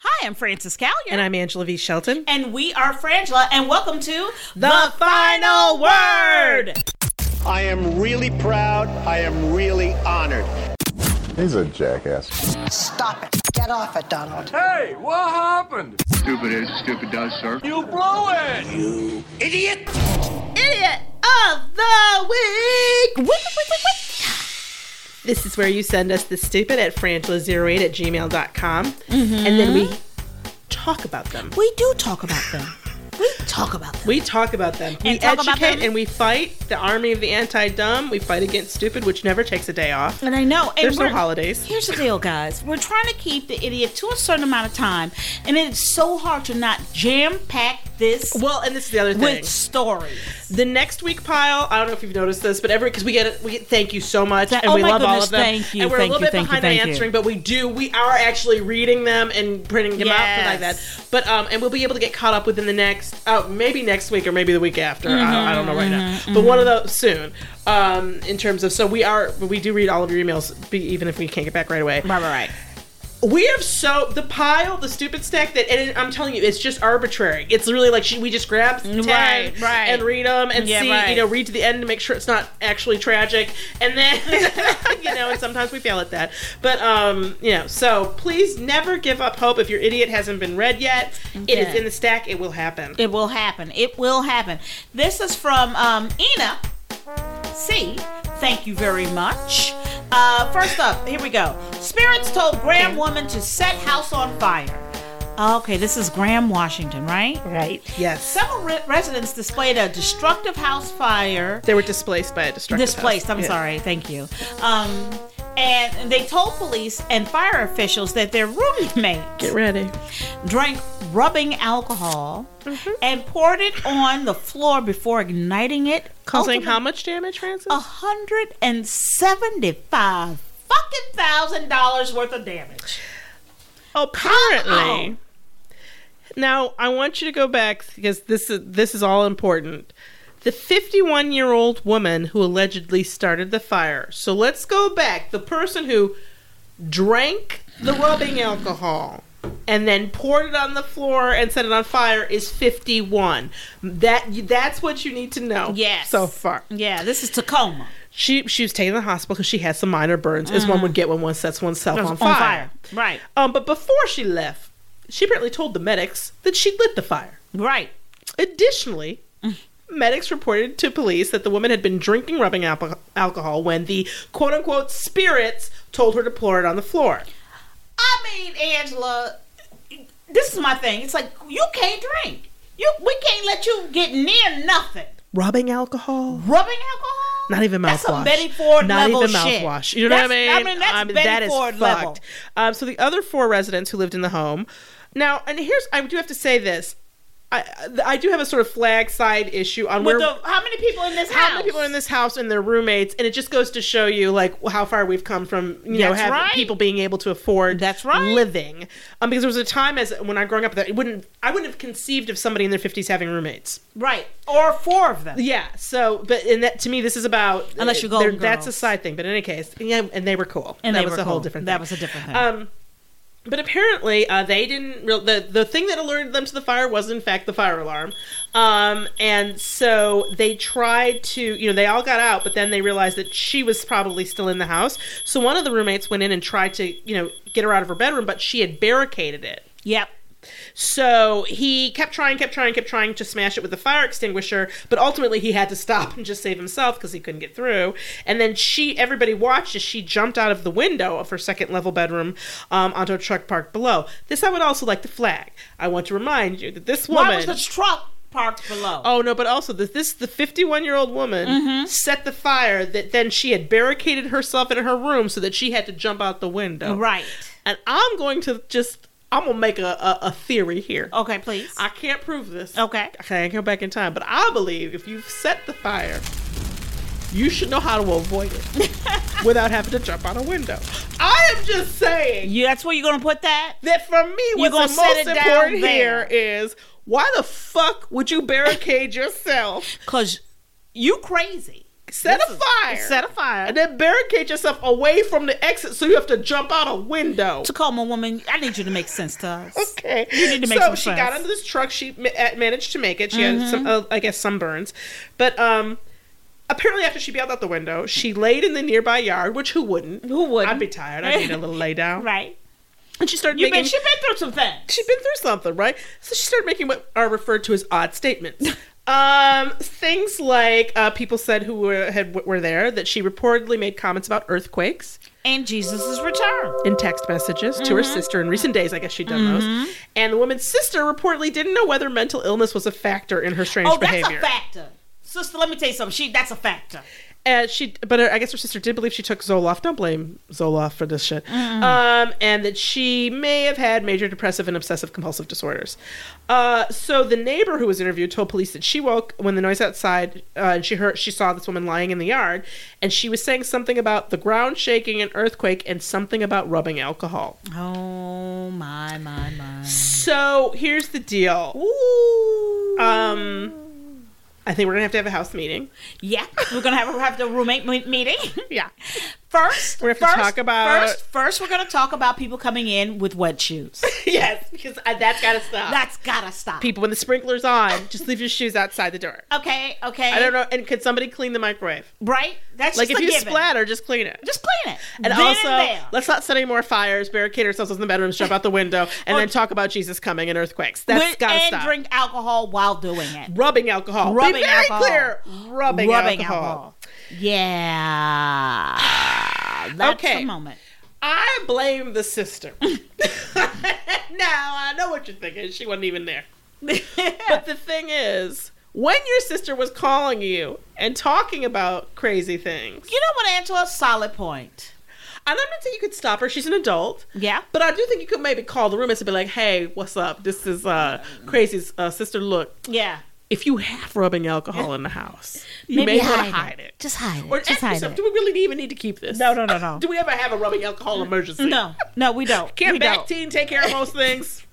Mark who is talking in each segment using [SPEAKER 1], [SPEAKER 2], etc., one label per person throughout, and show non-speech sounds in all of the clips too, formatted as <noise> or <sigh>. [SPEAKER 1] Hi, I'm Frances Callier.
[SPEAKER 2] And I'm Angela V. Shelton.
[SPEAKER 1] And we are Frangela, and welcome to
[SPEAKER 2] The Final Word.
[SPEAKER 3] I am really proud. I am really honored.
[SPEAKER 4] He's a jackass.
[SPEAKER 5] Stop it. Get off it, Donald.
[SPEAKER 6] Hey, what happened?
[SPEAKER 7] Stupid is, stupid does, sir.
[SPEAKER 6] You blew it!
[SPEAKER 1] Idiot of the Week. Wick, wick, wick, wick, wick.
[SPEAKER 2] This is where you send us the stupid at frangela08 at gmail.com. And then we talk about them.
[SPEAKER 1] We do talk about them. We talk about them.
[SPEAKER 2] We talk about them. we
[SPEAKER 1] talk about
[SPEAKER 2] educate
[SPEAKER 1] them.
[SPEAKER 2] and we fight the army of the anti dumb. We fight against stupid, which never takes a day off.
[SPEAKER 1] And I know. And
[SPEAKER 2] There's no
[SPEAKER 1] we're-
[SPEAKER 2] holidays.
[SPEAKER 1] Here's the deal, guys. We're trying to keep the idiot to a certain amount of time, and it's so hard to not jam pack this
[SPEAKER 2] Well, and this is the other thing.
[SPEAKER 1] with stories.
[SPEAKER 2] The next week pile, I don't know if you've noticed this, but every because we get it, we get, thank you so much,
[SPEAKER 1] Th-
[SPEAKER 2] and
[SPEAKER 1] oh
[SPEAKER 2] we
[SPEAKER 1] my
[SPEAKER 2] love all
[SPEAKER 1] goodness,
[SPEAKER 2] of them.
[SPEAKER 1] thank you,
[SPEAKER 2] and we're
[SPEAKER 1] thank
[SPEAKER 2] a
[SPEAKER 1] you,
[SPEAKER 2] little bit
[SPEAKER 1] thank you,
[SPEAKER 2] behind on
[SPEAKER 1] thank you.
[SPEAKER 2] answering, but we do we are actually reading them and printing them out and like that.
[SPEAKER 1] Yes.
[SPEAKER 2] But um, and we'll be able to get caught up within the next, oh, maybe next week or maybe the week after. I, don't, I don't know right now,
[SPEAKER 1] Mm-hmm,
[SPEAKER 2] but one of those soon. Um, in terms of so we are we do read all of your emails, be, even if we can't get back right away.
[SPEAKER 1] Right, right, right.
[SPEAKER 2] We have so the pile, the stupid stack that, and I'm telling you, it's just arbitrary. It's really like she, we just grab ten
[SPEAKER 1] Right, right.
[SPEAKER 2] and read them and
[SPEAKER 1] Yeah,
[SPEAKER 2] see,
[SPEAKER 1] right.
[SPEAKER 2] you know, read to the end to make sure it's not actually tragic, and then <laughs> you know, and sometimes we fail at that. But um, you know, so please never give up hope. If your idiot hasn't been read yet, it is
[SPEAKER 1] Yeah.
[SPEAKER 2] in the stack. It will happen.
[SPEAKER 1] It will happen. It will happen. This is from um, Ina C. Thank you very much. Uh, first up, here we go. Spirits told Graham woman to set house on fire. Okay, this is Graham, Washington, right?
[SPEAKER 5] Right.
[SPEAKER 2] Yes,
[SPEAKER 1] Several re- residents displayed a destructive house fire.
[SPEAKER 2] they were displaced by a destructive.
[SPEAKER 1] Displaced,
[SPEAKER 2] house.
[SPEAKER 1] I'm
[SPEAKER 2] Yeah.
[SPEAKER 1] sorry, thank you. Um, and they told police and fire officials that their roommates
[SPEAKER 2] Get ready.
[SPEAKER 1] drank rubbing alcohol
[SPEAKER 2] Mm-hmm.
[SPEAKER 1] and poured it on the floor before igniting it,
[SPEAKER 2] Causing
[SPEAKER 1] ultimately-
[SPEAKER 2] how much damage, Francis?
[SPEAKER 1] a hundred and seventy-five fucking thousand dollars worth of damage.
[SPEAKER 2] apparently
[SPEAKER 1] on.
[SPEAKER 2] Oh, now i want you to go back because this is this is all important the 51 year old woman who allegedly started the fire so let's go back the person who drank the rubbing alcohol and then poured it on the floor and set it on fire is 51 that that's what you need to know
[SPEAKER 1] Yes.
[SPEAKER 2] so far
[SPEAKER 1] Yeah, this is Tacoma.
[SPEAKER 2] she she was taken to the hospital because she had some minor burns as one would get when one sets oneself on fire.
[SPEAKER 1] Right.
[SPEAKER 2] Um, but before she left, she apparently told the medics that she'd lit the fire.
[SPEAKER 1] Right.
[SPEAKER 2] Additionally,
[SPEAKER 1] Mm.
[SPEAKER 2] medics reported to police that the woman had been drinking rubbing alpo- alcohol when the quote unquote spirits told her to pour it on the floor.
[SPEAKER 1] I mean, Angela, this is my thing. It's like you can't drink. You we can't let you get near nothing.
[SPEAKER 2] Rubbing alcohol?
[SPEAKER 1] Rubbing alcohol.
[SPEAKER 2] Not even mouthwash.
[SPEAKER 1] That's some Betty Ford
[SPEAKER 2] Not
[SPEAKER 1] level
[SPEAKER 2] even
[SPEAKER 1] shit.
[SPEAKER 2] mouthwash. You know what I mean?
[SPEAKER 1] That's- I mean, that's
[SPEAKER 2] Um,
[SPEAKER 1] Betty
[SPEAKER 2] that is
[SPEAKER 1] Ford
[SPEAKER 2] fucked.
[SPEAKER 1] level.
[SPEAKER 2] Um, so the other four residents who lived in the home. Now, and here's I do have to say this. I, I do have a sort of flag side issue on
[SPEAKER 1] With
[SPEAKER 2] where
[SPEAKER 1] the, how many people in this house?
[SPEAKER 2] how many people are in this house and their roommates, and it just goes to show you like how far we've come from you know
[SPEAKER 1] That's
[SPEAKER 2] having
[SPEAKER 1] right.
[SPEAKER 2] people being able to afford
[SPEAKER 1] That's right.
[SPEAKER 2] living. Um, because there was a time as when I growing up that it wouldn't I wouldn't have conceived of somebody in their fifties having roommates.
[SPEAKER 1] Right. Or four of them.
[SPEAKER 2] Yeah, so but and that to me this is about uh,
[SPEAKER 1] Unless you're
[SPEAKER 2] they're-
[SPEAKER 1] Golden
[SPEAKER 2] that's a
[SPEAKER 1] Girls.
[SPEAKER 2] side thing. But in any case, yeah, and they were cool,
[SPEAKER 1] And
[SPEAKER 2] that
[SPEAKER 1] they
[SPEAKER 2] was
[SPEAKER 1] were
[SPEAKER 2] a whole
[SPEAKER 1] cool.
[SPEAKER 2] different.
[SPEAKER 1] That
[SPEAKER 2] thing.
[SPEAKER 1] was a different thing.
[SPEAKER 2] Um, but apparently, uh, they didn't. Real, the The thing that alerted them to the fire was, in fact, the fire alarm. Um, and so they tried to, you know, they all got out, but then they realized that she was probably still in the house. So one of the roommates went in and tried to, you know, get her out of her bedroom, but she had barricaded it.
[SPEAKER 1] Yep.
[SPEAKER 2] So he kept trying, kept trying, kept trying to smash it with the fire extinguisher, but ultimately he had to stop and just save himself because he couldn't get through. And then she, everybody watched as she jumped out of the window of her second level bedroom um, onto a truck parked below. This I would also like to flag. I want to remind you that this woman.
[SPEAKER 1] Why was the truck parked below?
[SPEAKER 2] Oh no! But also, this this the fifty-one-year-old woman
[SPEAKER 1] Mm-hmm.
[SPEAKER 2] set the fire that then she had barricaded herself in her room so that she had to jump out the window.
[SPEAKER 1] Right.
[SPEAKER 2] And I'm going to just I'm gonna make a a, a theory here.
[SPEAKER 1] Okay, please.
[SPEAKER 2] I can't prove this.
[SPEAKER 1] Okay.
[SPEAKER 2] I can't go back in time, but I believe if you've set the fire, you should know how to avoid
[SPEAKER 1] <laughs>
[SPEAKER 2] it without having to jump out a window. I am just saying
[SPEAKER 1] You, that's where you're going to put that?
[SPEAKER 2] that for me,
[SPEAKER 1] You're
[SPEAKER 2] what's
[SPEAKER 1] gonna
[SPEAKER 2] the
[SPEAKER 1] set
[SPEAKER 2] most
[SPEAKER 1] it down
[SPEAKER 2] important
[SPEAKER 1] there.
[SPEAKER 2] here is why the fuck would you barricade yourself,
[SPEAKER 1] Because you crazy.
[SPEAKER 2] set a fire,
[SPEAKER 1] Set a fire.
[SPEAKER 2] and then barricade yourself away from the exit so you have to jump out a window?
[SPEAKER 1] to call my woman, I need you to make sense to <laughs> us.
[SPEAKER 2] Okay.
[SPEAKER 1] You need to make some Mm-hmm.
[SPEAKER 2] so she
[SPEAKER 1] sense.
[SPEAKER 2] got under this truck. She ma- uh, managed to make it. She had some, uh, I guess, sunburns, but um, apparently after she bailed out the window, she laid in the nearby yard, which who wouldn't?
[SPEAKER 1] Who wouldn't?
[SPEAKER 2] I'd be tired. I need a little lay
[SPEAKER 1] <laughs>
[SPEAKER 2] down.
[SPEAKER 1] Right.
[SPEAKER 2] And she started
[SPEAKER 1] You
[SPEAKER 2] making.
[SPEAKER 1] been, she been through some things.
[SPEAKER 2] she'd been through something, right? So she started making what are referred to as odd
[SPEAKER 1] <laughs>
[SPEAKER 2] statements. Um, things like uh, people said who were, had, were there that she reportedly made comments about earthquakes
[SPEAKER 1] And Jesus' return.
[SPEAKER 2] in text messages to her
[SPEAKER 1] Mm-hmm.
[SPEAKER 2] sister in recent days. I guess she'd done those. And the woman's sister reportedly didn't know whether mental illness was a factor in her strange
[SPEAKER 1] Oh, that's
[SPEAKER 2] behavior.
[SPEAKER 1] a factor. Sister, let me tell you something. She That's a factor.
[SPEAKER 2] And she, but her, I guess her sister did believe she took Zoloft. Don't blame Zoloft for this shit. Um, and that she may have had major depressive and obsessive compulsive disorders. Uh, so the neighbor who was interviewed told police that she woke when the noise outside, uh, and she heard she saw this woman lying in the yard, and she was saying something about the ground shaking and earthquake, and something about rubbing alcohol.
[SPEAKER 1] Oh, my, my, my.
[SPEAKER 2] So here's the deal. Um, I think we're gonna have to have a house meeting.
[SPEAKER 1] Yeah, we're gonna have, have the roommate me- meeting. <laughs>
[SPEAKER 2] Yeah.
[SPEAKER 1] First,
[SPEAKER 2] We have to
[SPEAKER 1] first,
[SPEAKER 2] talk about-
[SPEAKER 1] first. First, we're gonna talk about people coming in with wet
[SPEAKER 2] <laughs>
[SPEAKER 1] shoes.
[SPEAKER 2] <laughs> yes, because I, that's gotta stop.
[SPEAKER 1] That's gotta stop.
[SPEAKER 2] People, when the sprinkler's on, just leave your shoes outside the door.
[SPEAKER 1] Okay, okay.
[SPEAKER 2] I don't know. And could somebody clean the microwave?
[SPEAKER 1] Right? That's
[SPEAKER 2] Like
[SPEAKER 1] just
[SPEAKER 2] if
[SPEAKER 1] a
[SPEAKER 2] you
[SPEAKER 1] given.
[SPEAKER 2] splatter, just clean it.
[SPEAKER 1] just clean it.
[SPEAKER 2] and
[SPEAKER 1] Then
[SPEAKER 2] also,
[SPEAKER 1] there.
[SPEAKER 2] let's not set any more fires. Barricade ourselves in the bedrooms. Jump out the window, and then talk about Jesus coming and earthquakes. That's
[SPEAKER 1] With-
[SPEAKER 2] gotta
[SPEAKER 1] and
[SPEAKER 2] stop.
[SPEAKER 1] drink alcohol while doing it.
[SPEAKER 2] rubbing alcohol. Be
[SPEAKER 1] Rubbing
[SPEAKER 2] very
[SPEAKER 1] alcohol.
[SPEAKER 2] clear. Rubbing,
[SPEAKER 1] Rubbing
[SPEAKER 2] alcohol.
[SPEAKER 1] alcohol. Yeah. <sighs> That's
[SPEAKER 2] Okay.
[SPEAKER 1] the moment.
[SPEAKER 2] I blame the sister. <laughs> now I
[SPEAKER 1] <laughs>
[SPEAKER 2] know what you're thinking. She wasn't even there. But the thing is, when your sister was calling you and talking about crazy things,
[SPEAKER 1] You know what, Angela? Solid point.
[SPEAKER 2] and I'm not saying you could stop her. She's an adult.
[SPEAKER 1] Yeah.
[SPEAKER 2] But I do think you could maybe call the roommates and be like, "Hey, what's up? This is uh, crazy uh, sister. Look,
[SPEAKER 1] Yeah.
[SPEAKER 2] if you have rubbing alcohol in the house, you
[SPEAKER 1] Maybe
[SPEAKER 2] may want to
[SPEAKER 1] hide it.
[SPEAKER 2] hide it.
[SPEAKER 1] Just hide it.
[SPEAKER 2] Or
[SPEAKER 1] <laughs> Just
[SPEAKER 2] ask
[SPEAKER 1] hide
[SPEAKER 2] yourself,
[SPEAKER 1] it.
[SPEAKER 2] do we really even need to keep this? <laughs>
[SPEAKER 1] No, no, no, no.
[SPEAKER 2] do we ever have a rubbing alcohol emergency?
[SPEAKER 1] No, no, we don't.
[SPEAKER 2] Can't
[SPEAKER 1] we
[SPEAKER 2] back
[SPEAKER 1] don't.
[SPEAKER 2] teen take care
[SPEAKER 1] <laughs>
[SPEAKER 2] of most things?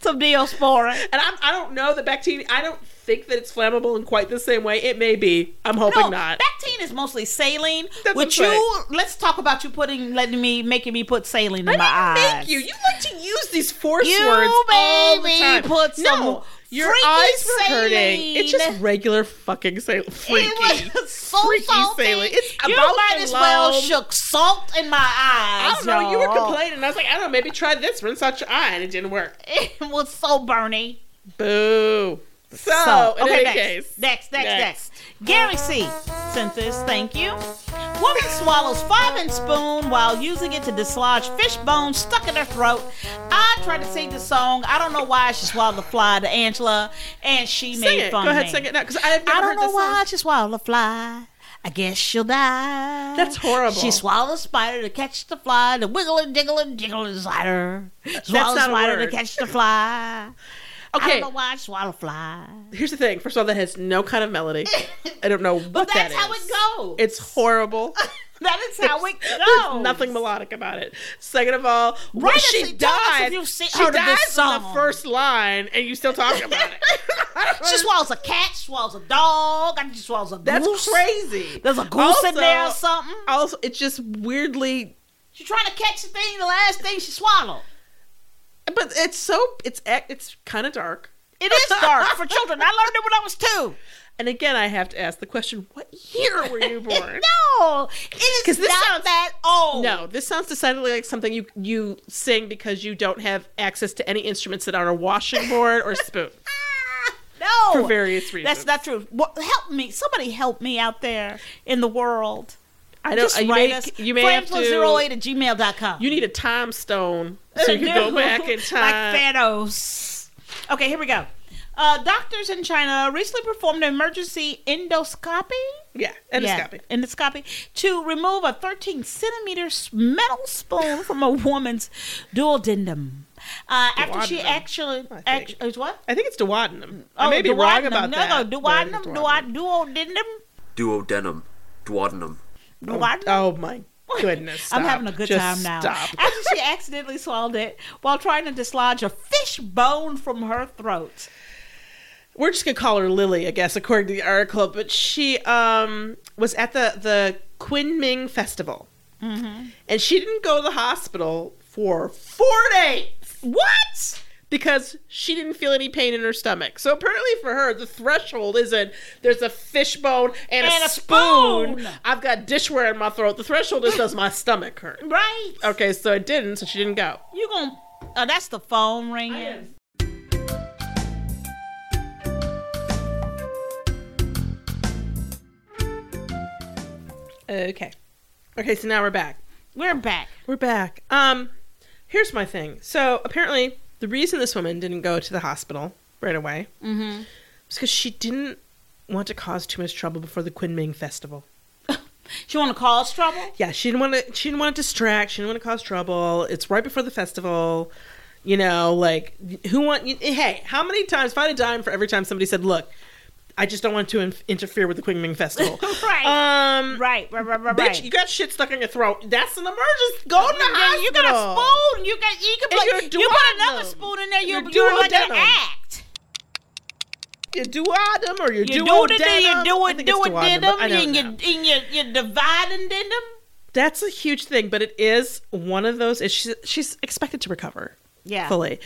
[SPEAKER 1] Some deals for it.
[SPEAKER 2] And I'm, I don't know that Bactine, I don't think that it's flammable in quite the same way. It may be. I'm hoping not.
[SPEAKER 1] Bactine is mostly saline.
[SPEAKER 2] That's what
[SPEAKER 1] Would
[SPEAKER 2] I'm
[SPEAKER 1] you? Let's talk about you putting, letting me, making me put saline in my
[SPEAKER 2] I didn't
[SPEAKER 1] eyes.
[SPEAKER 2] make you. You like to use these force
[SPEAKER 1] You
[SPEAKER 2] words all the
[SPEAKER 1] baby
[SPEAKER 2] time.
[SPEAKER 1] put some
[SPEAKER 2] no, your
[SPEAKER 1] freaky
[SPEAKER 2] eyes were hurting.
[SPEAKER 1] saline.
[SPEAKER 2] It's just regular fucking saline. Freaky.
[SPEAKER 1] It was <laughs> so
[SPEAKER 2] Freaky
[SPEAKER 1] salty.
[SPEAKER 2] saline. It's
[SPEAKER 1] you
[SPEAKER 2] about
[SPEAKER 1] might
[SPEAKER 2] the
[SPEAKER 1] as well
[SPEAKER 2] loam.
[SPEAKER 1] shook salt in my
[SPEAKER 2] I
[SPEAKER 1] eyes.
[SPEAKER 2] don't know. You were
[SPEAKER 1] y'all.
[SPEAKER 2] complaining. I was like, I don't know. Maybe try this. Rinse out your eye, and it didn't work.
[SPEAKER 1] <laughs> It was so burny.
[SPEAKER 2] Boo. So, in
[SPEAKER 1] okay,
[SPEAKER 2] any
[SPEAKER 1] next,
[SPEAKER 2] case,
[SPEAKER 1] next, next,
[SPEAKER 2] Next.
[SPEAKER 1] next, Gary C. sent this. Thank you. Woman <laughs> swallows five inch spoon while using it to dislodge fish bones stuck in her throat. I tried to sing the song. I don't know why she swallowed the fly to Angela, and she
[SPEAKER 2] sing
[SPEAKER 1] made
[SPEAKER 2] it.
[SPEAKER 1] fun
[SPEAKER 2] Go
[SPEAKER 1] of
[SPEAKER 2] ahead,
[SPEAKER 1] me.
[SPEAKER 2] sing it now. Because I've never
[SPEAKER 1] I
[SPEAKER 2] heard
[SPEAKER 1] don't know
[SPEAKER 2] this song.
[SPEAKER 1] why she swallowed a fly. I guess she'll die.
[SPEAKER 2] That's horrible.
[SPEAKER 1] She swallowed a spider to catch the fly, to wiggle and diggle and jiggle inside her. Swallowed
[SPEAKER 2] not a
[SPEAKER 1] spider
[SPEAKER 2] word.
[SPEAKER 1] to catch the fly. I
[SPEAKER 2] Okay,
[SPEAKER 1] don't know why I swallow fly.
[SPEAKER 2] here's the thing. First of all, that has no kind of
[SPEAKER 1] <laughs>
[SPEAKER 2] melody. I don't know what
[SPEAKER 1] But
[SPEAKER 2] that
[SPEAKER 1] that's how
[SPEAKER 2] is.
[SPEAKER 1] it goes.
[SPEAKER 2] It's horrible.
[SPEAKER 1] <laughs> that is how it
[SPEAKER 2] There's
[SPEAKER 1] goes.
[SPEAKER 2] nothing melodic about it. Second of all,
[SPEAKER 1] Oh. Why
[SPEAKER 2] when
[SPEAKER 1] does
[SPEAKER 2] she
[SPEAKER 1] she tell us if
[SPEAKER 2] died,
[SPEAKER 1] you sing-
[SPEAKER 2] she
[SPEAKER 1] heard of this
[SPEAKER 2] dies in the
[SPEAKER 1] song?
[SPEAKER 2] first line, and you still talk about it.
[SPEAKER 1] <laughs> She swallows a cat, swallows a dog, I think she swallows a
[SPEAKER 2] That's
[SPEAKER 1] goose.
[SPEAKER 2] crazy.
[SPEAKER 1] There's a goose in there or
[SPEAKER 2] Also-
[SPEAKER 1] something.
[SPEAKER 2] Also, it's just weirdly,
[SPEAKER 1] She's trying to catch the thing, the last thing she swallowed.
[SPEAKER 2] but it's so it's it's kind of dark.
[SPEAKER 1] It is dark for children. I learned it when I was two.
[SPEAKER 2] And again, I have to ask the question: What year
[SPEAKER 1] <laughs>
[SPEAKER 2] were you born?
[SPEAKER 1] No, it
[SPEAKER 2] 'Cause
[SPEAKER 1] is
[SPEAKER 2] this
[SPEAKER 1] not
[SPEAKER 2] sounds-
[SPEAKER 1] that old.
[SPEAKER 2] No, this sounds decidedly like something you you sing because you don't have access to any instruments that are a washing board or spoon.
[SPEAKER 1] Ah, No.
[SPEAKER 2] For various reasons.
[SPEAKER 1] That's not true. Well, help me. Somebody help me out there in the world.
[SPEAKER 2] I
[SPEAKER 1] <laughs>
[SPEAKER 2] don't. uh,
[SPEAKER 1] Just
[SPEAKER 2] you
[SPEAKER 1] write
[SPEAKER 2] may
[SPEAKER 1] us.
[SPEAKER 2] you may have to.
[SPEAKER 1] 08 at gmail.com.
[SPEAKER 2] You need a time stone so <laughs> you can go back in
[SPEAKER 1] <laughs>
[SPEAKER 2] time.
[SPEAKER 1] Like Thanos. Okay, here we go. Uh, doctors in China recently performed an emergency endoscopy.
[SPEAKER 2] yeah, and
[SPEAKER 1] Yeah,
[SPEAKER 2] it's copy.
[SPEAKER 1] endoscopy to remove a 13 centimeter s- metal spoon from a
[SPEAKER 2] <laughs>
[SPEAKER 1] woman's duodendum. Uh, after she
[SPEAKER 2] Duodenum,
[SPEAKER 1] actually,
[SPEAKER 2] I
[SPEAKER 1] act-
[SPEAKER 2] think.
[SPEAKER 1] is what?
[SPEAKER 2] I think it's duodenum. I may be wrong
[SPEAKER 1] Oh, duodenum.
[SPEAKER 2] about
[SPEAKER 1] no,
[SPEAKER 2] that.
[SPEAKER 1] No,
[SPEAKER 2] but I think
[SPEAKER 1] duodenum,
[SPEAKER 2] it's
[SPEAKER 1] duodenum, duodenum,
[SPEAKER 8] Duodenum. Duodenum.
[SPEAKER 1] duodenum.
[SPEAKER 2] Oh my <laughs>
[SPEAKER 1] <laughs>
[SPEAKER 2] goodness!
[SPEAKER 1] I'm
[SPEAKER 2] stop.
[SPEAKER 1] having a good
[SPEAKER 2] Just
[SPEAKER 1] time now.
[SPEAKER 2] Stop.
[SPEAKER 1] <laughs> After she accidentally swallowed it while trying to dislodge a fish bone from her throat.
[SPEAKER 2] We're just gonna call her Lily, I guess, according to the article. But she um, was at the the Quinming Festival, and she didn't go to the hospital for four days. What? Because she didn't feel any pain in her stomach. So apparently, for her, the threshold isn't there's a fishbone and,
[SPEAKER 1] And
[SPEAKER 2] a
[SPEAKER 1] a
[SPEAKER 2] spoon.
[SPEAKER 1] spoon.
[SPEAKER 2] I've got dishware in my throat. The threshold is does my stomach <laughs> hurt?
[SPEAKER 1] Right.
[SPEAKER 2] Okay, so it didn't. So she didn't go.
[SPEAKER 1] You gonna? Oh, that's the phone ringing.
[SPEAKER 2] Okay. Okay, so now we're back.
[SPEAKER 1] We're back.
[SPEAKER 2] We're back. Um, here's my thing. So apparently, the reason this woman didn't go to the hospital right away
[SPEAKER 1] Mm-hmm.
[SPEAKER 2] was because she didn't want to cause too much trouble before the Quinming Festival.
[SPEAKER 1] She want to cause trouble?
[SPEAKER 2] Yeah, she didn't want to. She didn't want to distract. She didn't want to cause trouble. It's right before the festival. You know, like who want? You, hey, how many times? Find a dime for every time somebody said, "Look, I just don't want to in- interfere with the Quinming Festival."
[SPEAKER 1] <laughs> Right.
[SPEAKER 2] Um,
[SPEAKER 1] right. Right. Right. Right.
[SPEAKER 2] Bitch,
[SPEAKER 1] right.
[SPEAKER 2] you got shit stuck in your throat. That's an emergency. Go to the hospital.
[SPEAKER 1] You got a spoon. You got. You
[SPEAKER 2] And
[SPEAKER 1] can
[SPEAKER 2] your
[SPEAKER 1] put. You put
[SPEAKER 2] duodenum.
[SPEAKER 1] another spoon in there.
[SPEAKER 2] Your
[SPEAKER 1] You're, you're like an
[SPEAKER 2] duodenum.
[SPEAKER 1] act.
[SPEAKER 2] your duodenum or your
[SPEAKER 1] You do it. You
[SPEAKER 2] duodenum.
[SPEAKER 1] do
[SPEAKER 2] I
[SPEAKER 1] it.
[SPEAKER 2] think it's
[SPEAKER 1] Do it.
[SPEAKER 2] duodenum, but
[SPEAKER 1] Dendum.
[SPEAKER 2] I don't
[SPEAKER 1] And you.
[SPEAKER 2] know.
[SPEAKER 1] And you. You dividing dendum.
[SPEAKER 2] That's a huge thing, but it is one of those. Is she's, she's expected to recover
[SPEAKER 1] Yeah.
[SPEAKER 2] fully,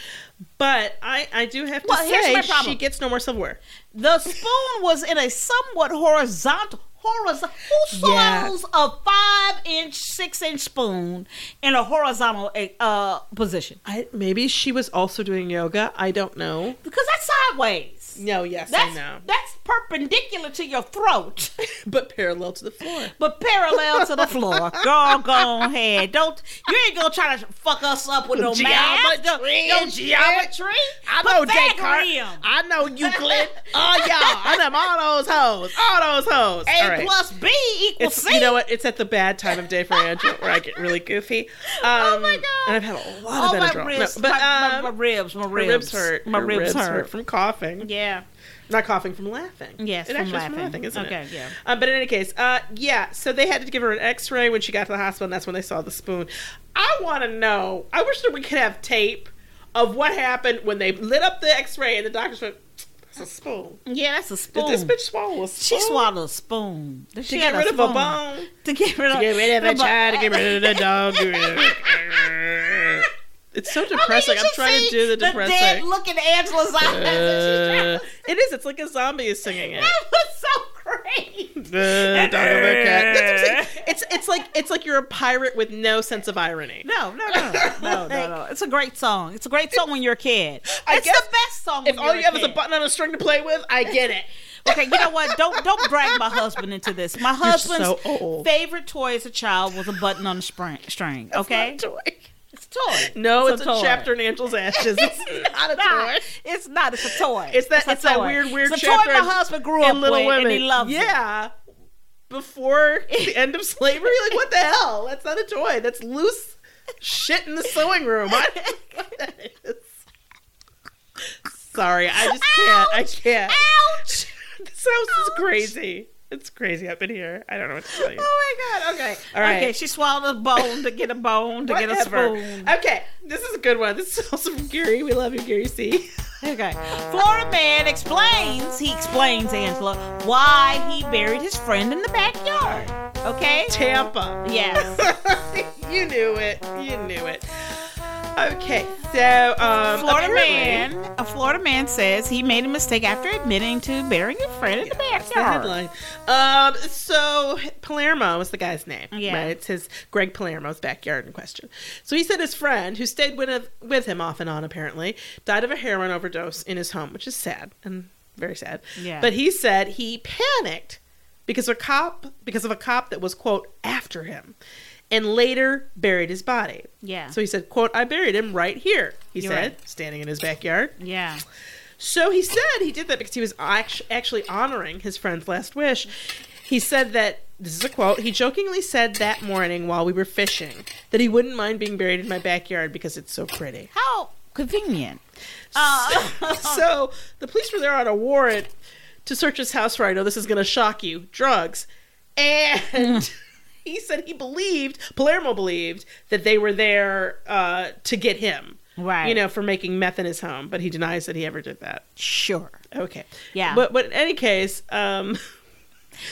[SPEAKER 2] but I I do have to
[SPEAKER 1] Well, here's
[SPEAKER 2] say
[SPEAKER 1] my problem.
[SPEAKER 2] she gets no more silverware.
[SPEAKER 1] The spoon was in a somewhat horizontal horizontal. Who
[SPEAKER 2] Yeah.
[SPEAKER 1] swallows a five inch, six inch spoon in a horizontal uh, position?
[SPEAKER 2] I, maybe she was also doing yoga. I don't know.
[SPEAKER 1] Because that's sideways.
[SPEAKER 2] No, yes,
[SPEAKER 1] That's
[SPEAKER 2] I know,
[SPEAKER 1] that's perpendicular to your throat,
[SPEAKER 2] but parallel to the floor.
[SPEAKER 1] but parallel to the
[SPEAKER 2] <laughs>
[SPEAKER 1] floor. Girl, go ahead. Don't you ain't gonna try to fuck us up with no math, no, no
[SPEAKER 2] Geometry.
[SPEAKER 1] geometry.
[SPEAKER 2] I know
[SPEAKER 1] Pythagorean.
[SPEAKER 2] Descartes. I
[SPEAKER 1] <laughs>
[SPEAKER 2] know Euclid. Oh y'all, I know all those hoes. All those hoes.
[SPEAKER 1] A
[SPEAKER 2] All right.
[SPEAKER 1] plus B equals
[SPEAKER 2] It's,
[SPEAKER 1] C.
[SPEAKER 2] you know what? It's at the bad time of day for Angela where I get really goofy.
[SPEAKER 1] <laughs>
[SPEAKER 2] Um,
[SPEAKER 1] Oh my God.
[SPEAKER 2] And I've had a
[SPEAKER 1] Oh,
[SPEAKER 2] lot of
[SPEAKER 1] my
[SPEAKER 2] Benadryl. No,
[SPEAKER 1] ribs,
[SPEAKER 2] but
[SPEAKER 1] my,
[SPEAKER 2] um,
[SPEAKER 1] my, my ribs, my
[SPEAKER 2] my
[SPEAKER 1] ribs,
[SPEAKER 2] ribs hurt.
[SPEAKER 1] my
[SPEAKER 2] Your
[SPEAKER 1] ribs, hurt.
[SPEAKER 2] from coughing.
[SPEAKER 1] Yeah.
[SPEAKER 2] Not coughing from laughing.
[SPEAKER 1] Yes,
[SPEAKER 2] it
[SPEAKER 1] from
[SPEAKER 2] actually is from
[SPEAKER 1] laughing.
[SPEAKER 2] laughing, isn't it?
[SPEAKER 1] Okay, yeah.
[SPEAKER 2] Um, but in any case, uh, yeah. So they had to give her an X-ray when she got to the hospital, and that's when they saw the spoon. I want to know. I wish that we could have tape of what happened when they lit up the X-ray, and the doctors went, "That's a spoon.
[SPEAKER 1] Yeah, that's a
[SPEAKER 2] Did
[SPEAKER 1] spoon.
[SPEAKER 2] this bitch swallow a spoon?
[SPEAKER 1] she swallowed a spoon.
[SPEAKER 2] to
[SPEAKER 1] She
[SPEAKER 2] get
[SPEAKER 1] had
[SPEAKER 2] rid of a
[SPEAKER 1] spoon.
[SPEAKER 2] bone."
[SPEAKER 1] To get rid of,
[SPEAKER 2] Get rid of a
[SPEAKER 1] a
[SPEAKER 2] child. Get rid of the dog. get rid of- It's so depressing.
[SPEAKER 1] I
[SPEAKER 2] I'm trying to do the depressing.
[SPEAKER 1] dead look in <laughs> Angela's eyes.
[SPEAKER 2] Uh,
[SPEAKER 1] and she's trying to-
[SPEAKER 2] it is. It's like a zombie is singing it.
[SPEAKER 1] that was so great.
[SPEAKER 2] The dog of a cat. That's what I'm saying. It's it's like it's like you're a pirate with no sense of irony.
[SPEAKER 1] No, no, <laughs> no, no, no, no. It's a great song. It's a great song when you're a kid.
[SPEAKER 2] I
[SPEAKER 1] It's
[SPEAKER 2] guess
[SPEAKER 1] the best song.
[SPEAKER 2] If
[SPEAKER 1] when
[SPEAKER 2] all
[SPEAKER 1] you're
[SPEAKER 2] you have
[SPEAKER 1] kid.
[SPEAKER 2] is a button on a string to play with, I get it.
[SPEAKER 1] Okay, you know what? Don't don't drag my husband into this. My husband's
[SPEAKER 2] so old.
[SPEAKER 1] favorite toy as a child was a button on a spring, string.
[SPEAKER 2] <laughs>
[SPEAKER 1] Okay,
[SPEAKER 2] It's not a toy.
[SPEAKER 1] it's a toy.
[SPEAKER 2] No, it's,
[SPEAKER 1] It's
[SPEAKER 2] a,
[SPEAKER 1] a toy.
[SPEAKER 2] chapter in
[SPEAKER 1] <laughs>
[SPEAKER 2] Angel's Ashes. It's not a toy.
[SPEAKER 1] Not. It's not. It's a toy.
[SPEAKER 2] It's that. It's,
[SPEAKER 1] a
[SPEAKER 2] that
[SPEAKER 1] toy.
[SPEAKER 2] weird, weird
[SPEAKER 1] It's a
[SPEAKER 2] chapter.
[SPEAKER 1] toy
[SPEAKER 2] in-
[SPEAKER 1] my husband grew
[SPEAKER 2] in
[SPEAKER 1] up
[SPEAKER 2] Little
[SPEAKER 1] with,
[SPEAKER 2] Women.
[SPEAKER 1] and he loves it.
[SPEAKER 2] yeah. Before
[SPEAKER 1] <laughs>
[SPEAKER 2] the end of slavery, like what the hell? That's not a toy. That's loose
[SPEAKER 1] <laughs>
[SPEAKER 2] shit in the sewing room. I don't know what that is. Sorry, I just can't. I
[SPEAKER 1] Ouch!
[SPEAKER 2] can't.
[SPEAKER 1] Ouch!
[SPEAKER 2] <laughs> This house is
[SPEAKER 1] Ouch.
[SPEAKER 2] crazy. It's crazy up in here. I don't know what to tell you.
[SPEAKER 1] Oh my god. Okay.
[SPEAKER 2] All right.
[SPEAKER 1] Okay. She swallowed a bone to get a bone to get a
[SPEAKER 2] Whatever.
[SPEAKER 1] spoon.
[SPEAKER 2] Okay, this is a good one. This is also from Gary. We love you, Gary C.
[SPEAKER 1] Okay. Florida man explains, he explains, Angela, why he buried his friend in the backyard.
[SPEAKER 2] <laughs>
[SPEAKER 1] Okay?
[SPEAKER 2] Tampa.
[SPEAKER 1] Yes.
[SPEAKER 2] Um, <laughs> you knew it. You knew it. Okay, so um,
[SPEAKER 1] Florida
[SPEAKER 2] apparently-
[SPEAKER 1] man, a Florida man says he made a mistake after admitting to burying a friend in the
[SPEAKER 2] That's the
[SPEAKER 1] backyard.
[SPEAKER 2] headline. Um, so Palermo was the guy's name.
[SPEAKER 1] Yeah.
[SPEAKER 2] right? it's his Greg Palermo's backyard in question. So he said his friend, who stayed with with him off and on, apparently died of a heroin overdose in his home, which is sad and very sad.
[SPEAKER 1] Yeah.
[SPEAKER 2] But he said he panicked because a cop because of a cop that was quote after him, and later buried his body.
[SPEAKER 1] Yeah.
[SPEAKER 2] So he said quote I buried him right here. He
[SPEAKER 1] You're
[SPEAKER 2] said
[SPEAKER 1] right.
[SPEAKER 2] standing in his backyard.
[SPEAKER 1] Yeah.
[SPEAKER 2] So he said he did that because he was act- actually honoring his friend's last wish. He said that this is a quote. He jokingly said that morning while we were fishing that he wouldn't mind being buried in my backyard because it's so pretty.
[SPEAKER 1] How convenient.
[SPEAKER 2] so the police were there on a warrant to search his house for I know this is going to shock you drugs. And he said he believed, Palermo believed, that they were there uh, to get him.
[SPEAKER 1] Right.
[SPEAKER 2] You know, for making meth in his home, but he denies that he ever did that.
[SPEAKER 1] Sure.
[SPEAKER 2] Okay.
[SPEAKER 1] Yeah.
[SPEAKER 2] But but in any case, um <laughs>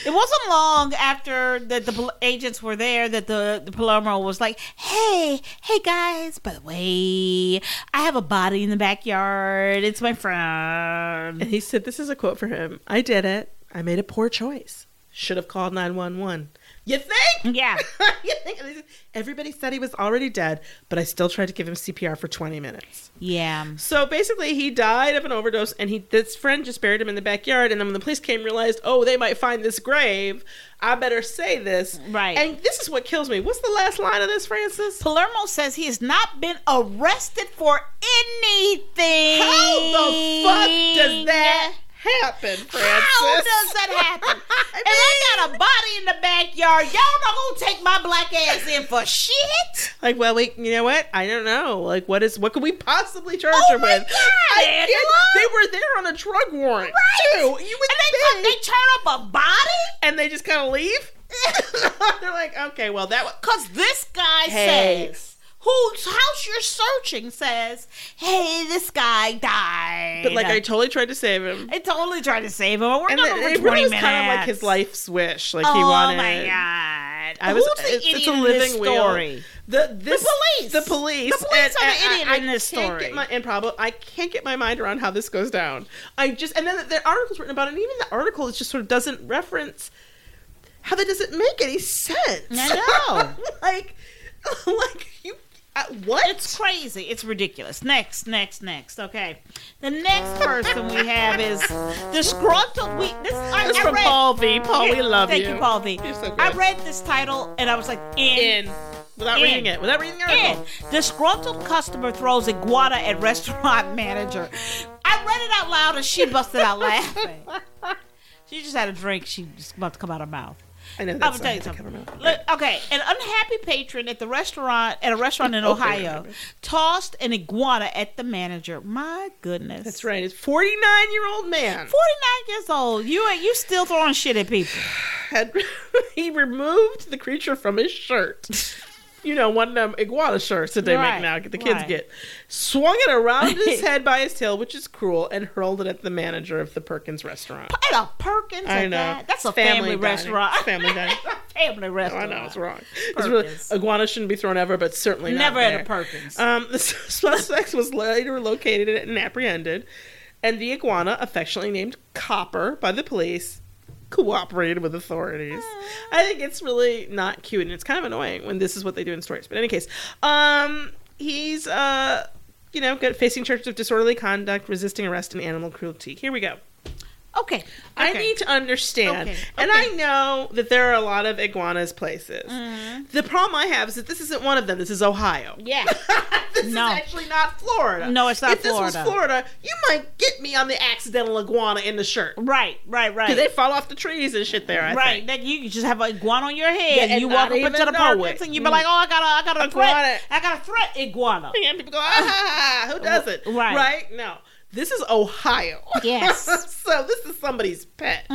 [SPEAKER 1] It wasn't long after that the pol- agents were there that the, the Palermo was like, "Hey, hey guys, by the way, I have a body in the backyard. It's my friend."
[SPEAKER 2] and he said this is a quote for him. I did it. I made a poor choice. Should have called 911. You
[SPEAKER 1] <laughs>
[SPEAKER 2] think?
[SPEAKER 1] Yeah,
[SPEAKER 2] <laughs> you think? Everybody said he was already dead, but I still tried to give him CPR for 20 minutes.
[SPEAKER 1] yeah,
[SPEAKER 2] So basically, he died of an overdose, and he this friend just buried him in the backyard. And then when the police came, realized, oh, they might find this grave. I better say this.
[SPEAKER 1] Right.
[SPEAKER 2] And this is what kills me. What's the last line of this, Francis?
[SPEAKER 1] Palermo says he has not been arrested for anything.
[SPEAKER 2] How the fuck does that happen, Francis?
[SPEAKER 1] How does that happen? if <laughs> I got a body in the backyard, y'all know who take my black ass in for shit.
[SPEAKER 2] Like, well, we, you know what? I don't know. Like, what is, what could we possibly charge
[SPEAKER 1] Oh
[SPEAKER 2] her
[SPEAKER 1] my
[SPEAKER 2] with?
[SPEAKER 1] God,
[SPEAKER 2] I
[SPEAKER 1] Angela!
[SPEAKER 2] can't- they were there on a drug warrant, too. You would
[SPEAKER 1] and they,
[SPEAKER 2] think.
[SPEAKER 1] they turn up a body <laughs>
[SPEAKER 2] and they just kind of leave. <laughs> They're like, okay, well, that was.
[SPEAKER 1] because this guy
[SPEAKER 2] Hey.
[SPEAKER 1] says whose house you're searching says, "Hey, this guy died."
[SPEAKER 2] But like, I totally tried to save him.
[SPEAKER 1] it's only trying to save him. We're
[SPEAKER 2] And
[SPEAKER 1] going
[SPEAKER 2] then
[SPEAKER 1] over
[SPEAKER 2] it
[SPEAKER 1] twenty
[SPEAKER 2] really was
[SPEAKER 1] minutes.
[SPEAKER 2] kind of like his life's wish. Like
[SPEAKER 1] Oh
[SPEAKER 2] he wanted.
[SPEAKER 1] my god!
[SPEAKER 2] I was,
[SPEAKER 1] Who's the
[SPEAKER 2] it's,
[SPEAKER 1] idiot
[SPEAKER 2] it's a
[SPEAKER 1] in
[SPEAKER 2] living
[SPEAKER 1] this
[SPEAKER 2] wheel.
[SPEAKER 1] story?
[SPEAKER 2] The, this,
[SPEAKER 1] police.
[SPEAKER 2] The police.
[SPEAKER 1] The police are the idiot
[SPEAKER 2] I,
[SPEAKER 1] in this
[SPEAKER 2] can't
[SPEAKER 1] story.
[SPEAKER 2] Get my, and probably, I can't get my mind around how this goes down. I just, and then the article's written about it, and even the article is just sort of doesn't reference how that doesn't make any sense.
[SPEAKER 1] I know.
[SPEAKER 2] <laughs> like, like you, uh, what?
[SPEAKER 1] It's crazy. It's ridiculous. Next, next, next. Okay. The next person we have is disgruntled. We this I,
[SPEAKER 2] That's
[SPEAKER 1] I
[SPEAKER 2] from
[SPEAKER 1] read-
[SPEAKER 2] Paul V. Paul, Oh, we love
[SPEAKER 1] Thank
[SPEAKER 2] you.
[SPEAKER 1] you, Paul V.
[SPEAKER 2] You're so good.
[SPEAKER 1] I read this title and I was like, in.
[SPEAKER 2] in without
[SPEAKER 1] In.
[SPEAKER 2] reading it, without reading the article.
[SPEAKER 1] in. Disgruntled customer throws iguana at restaurant <laughs> manager. I read it out loud and she busted out laughing. She just had a drink. She just about to come out her mouth.
[SPEAKER 2] I know
[SPEAKER 1] I
[SPEAKER 2] that's
[SPEAKER 1] will tell you
[SPEAKER 2] not gonna
[SPEAKER 1] something.
[SPEAKER 2] cover my-
[SPEAKER 1] Look, okay, an unhappy patron at the restaurant at a restaurant
[SPEAKER 2] <laughs>
[SPEAKER 1] in Ohio tossed an iguana at the manager. My goodness,
[SPEAKER 2] That's right. It's forty nine year old man.
[SPEAKER 1] Forty nine years old. You ain't you still throwing shit at people?
[SPEAKER 2] had <laughs> he removed the creature from his shirt. You know, one of them iguana shirts that they
[SPEAKER 1] Right,
[SPEAKER 2] make now, the kids
[SPEAKER 1] right.
[SPEAKER 2] get. Swung it around
[SPEAKER 1] <laughs>
[SPEAKER 2] his head by his tail, which is cruel, and hurled it at the manager of the Perkins restaurant.
[SPEAKER 1] At a Perkins.
[SPEAKER 2] I
[SPEAKER 1] at
[SPEAKER 2] know.
[SPEAKER 1] That. That's a
[SPEAKER 2] It's family
[SPEAKER 1] family,
[SPEAKER 2] dining.
[SPEAKER 1] restaurant. <laughs>
[SPEAKER 2] It's family dining.
[SPEAKER 1] family
[SPEAKER 2] Oh, I
[SPEAKER 1] restaurant.
[SPEAKER 2] know it's wrong. It's really,
[SPEAKER 1] Perkins.
[SPEAKER 2] iguana shouldn't be thrown ever, but certainly not
[SPEAKER 1] Never at
[SPEAKER 2] there.
[SPEAKER 1] a Perkins.
[SPEAKER 2] Um, <laughs> the suspect was later located and apprehended, and the iguana, affectionately named Copper by the police, cooperated with authorities. I think it's really not cute, and it's kind of annoying when this is what they do in stories. But in any case, um, he's uh, you know, good, facing charges of disorderly conduct, resisting arrest, and animal cruelty. Here we go.
[SPEAKER 1] okay.
[SPEAKER 2] I
[SPEAKER 1] Okay.
[SPEAKER 2] need to understand.
[SPEAKER 1] Okay,
[SPEAKER 2] And
[SPEAKER 1] okay.
[SPEAKER 2] I know that there are a lot of iguanas places. The problem I have is that this isn't one of them. This is Ohio. <laughs>
[SPEAKER 1] Yeah.
[SPEAKER 2] this
[SPEAKER 1] No.
[SPEAKER 2] is actually not Florida.
[SPEAKER 1] No, it's not
[SPEAKER 2] if If this
[SPEAKER 1] Florida.
[SPEAKER 2] was Florida, you might get me on the accidental iguana in the shirt.
[SPEAKER 1] right. Right. Right.
[SPEAKER 2] 'Cause they fall off the trees and shit there, I
[SPEAKER 1] Right,
[SPEAKER 2] think.
[SPEAKER 1] that you could just have an iguana on your head,
[SPEAKER 2] Yeah,
[SPEAKER 1] and
[SPEAKER 2] and
[SPEAKER 1] you
[SPEAKER 2] not
[SPEAKER 1] walk up
[SPEAKER 2] even
[SPEAKER 1] into the
[SPEAKER 2] know
[SPEAKER 1] Perkins,
[SPEAKER 2] it. Mm.
[SPEAKER 1] and you be like, "Oh, I got a, I got a
[SPEAKER 2] Iguana.
[SPEAKER 1] threat, I got a threat iguana."
[SPEAKER 2] And people go, ah, who does it?
[SPEAKER 1] Right.
[SPEAKER 2] Right? No. This is Ohio.
[SPEAKER 1] Yes.
[SPEAKER 2] <laughs>
[SPEAKER 1] Mm-hmm.
[SPEAKER 2] so this is somebody's pet.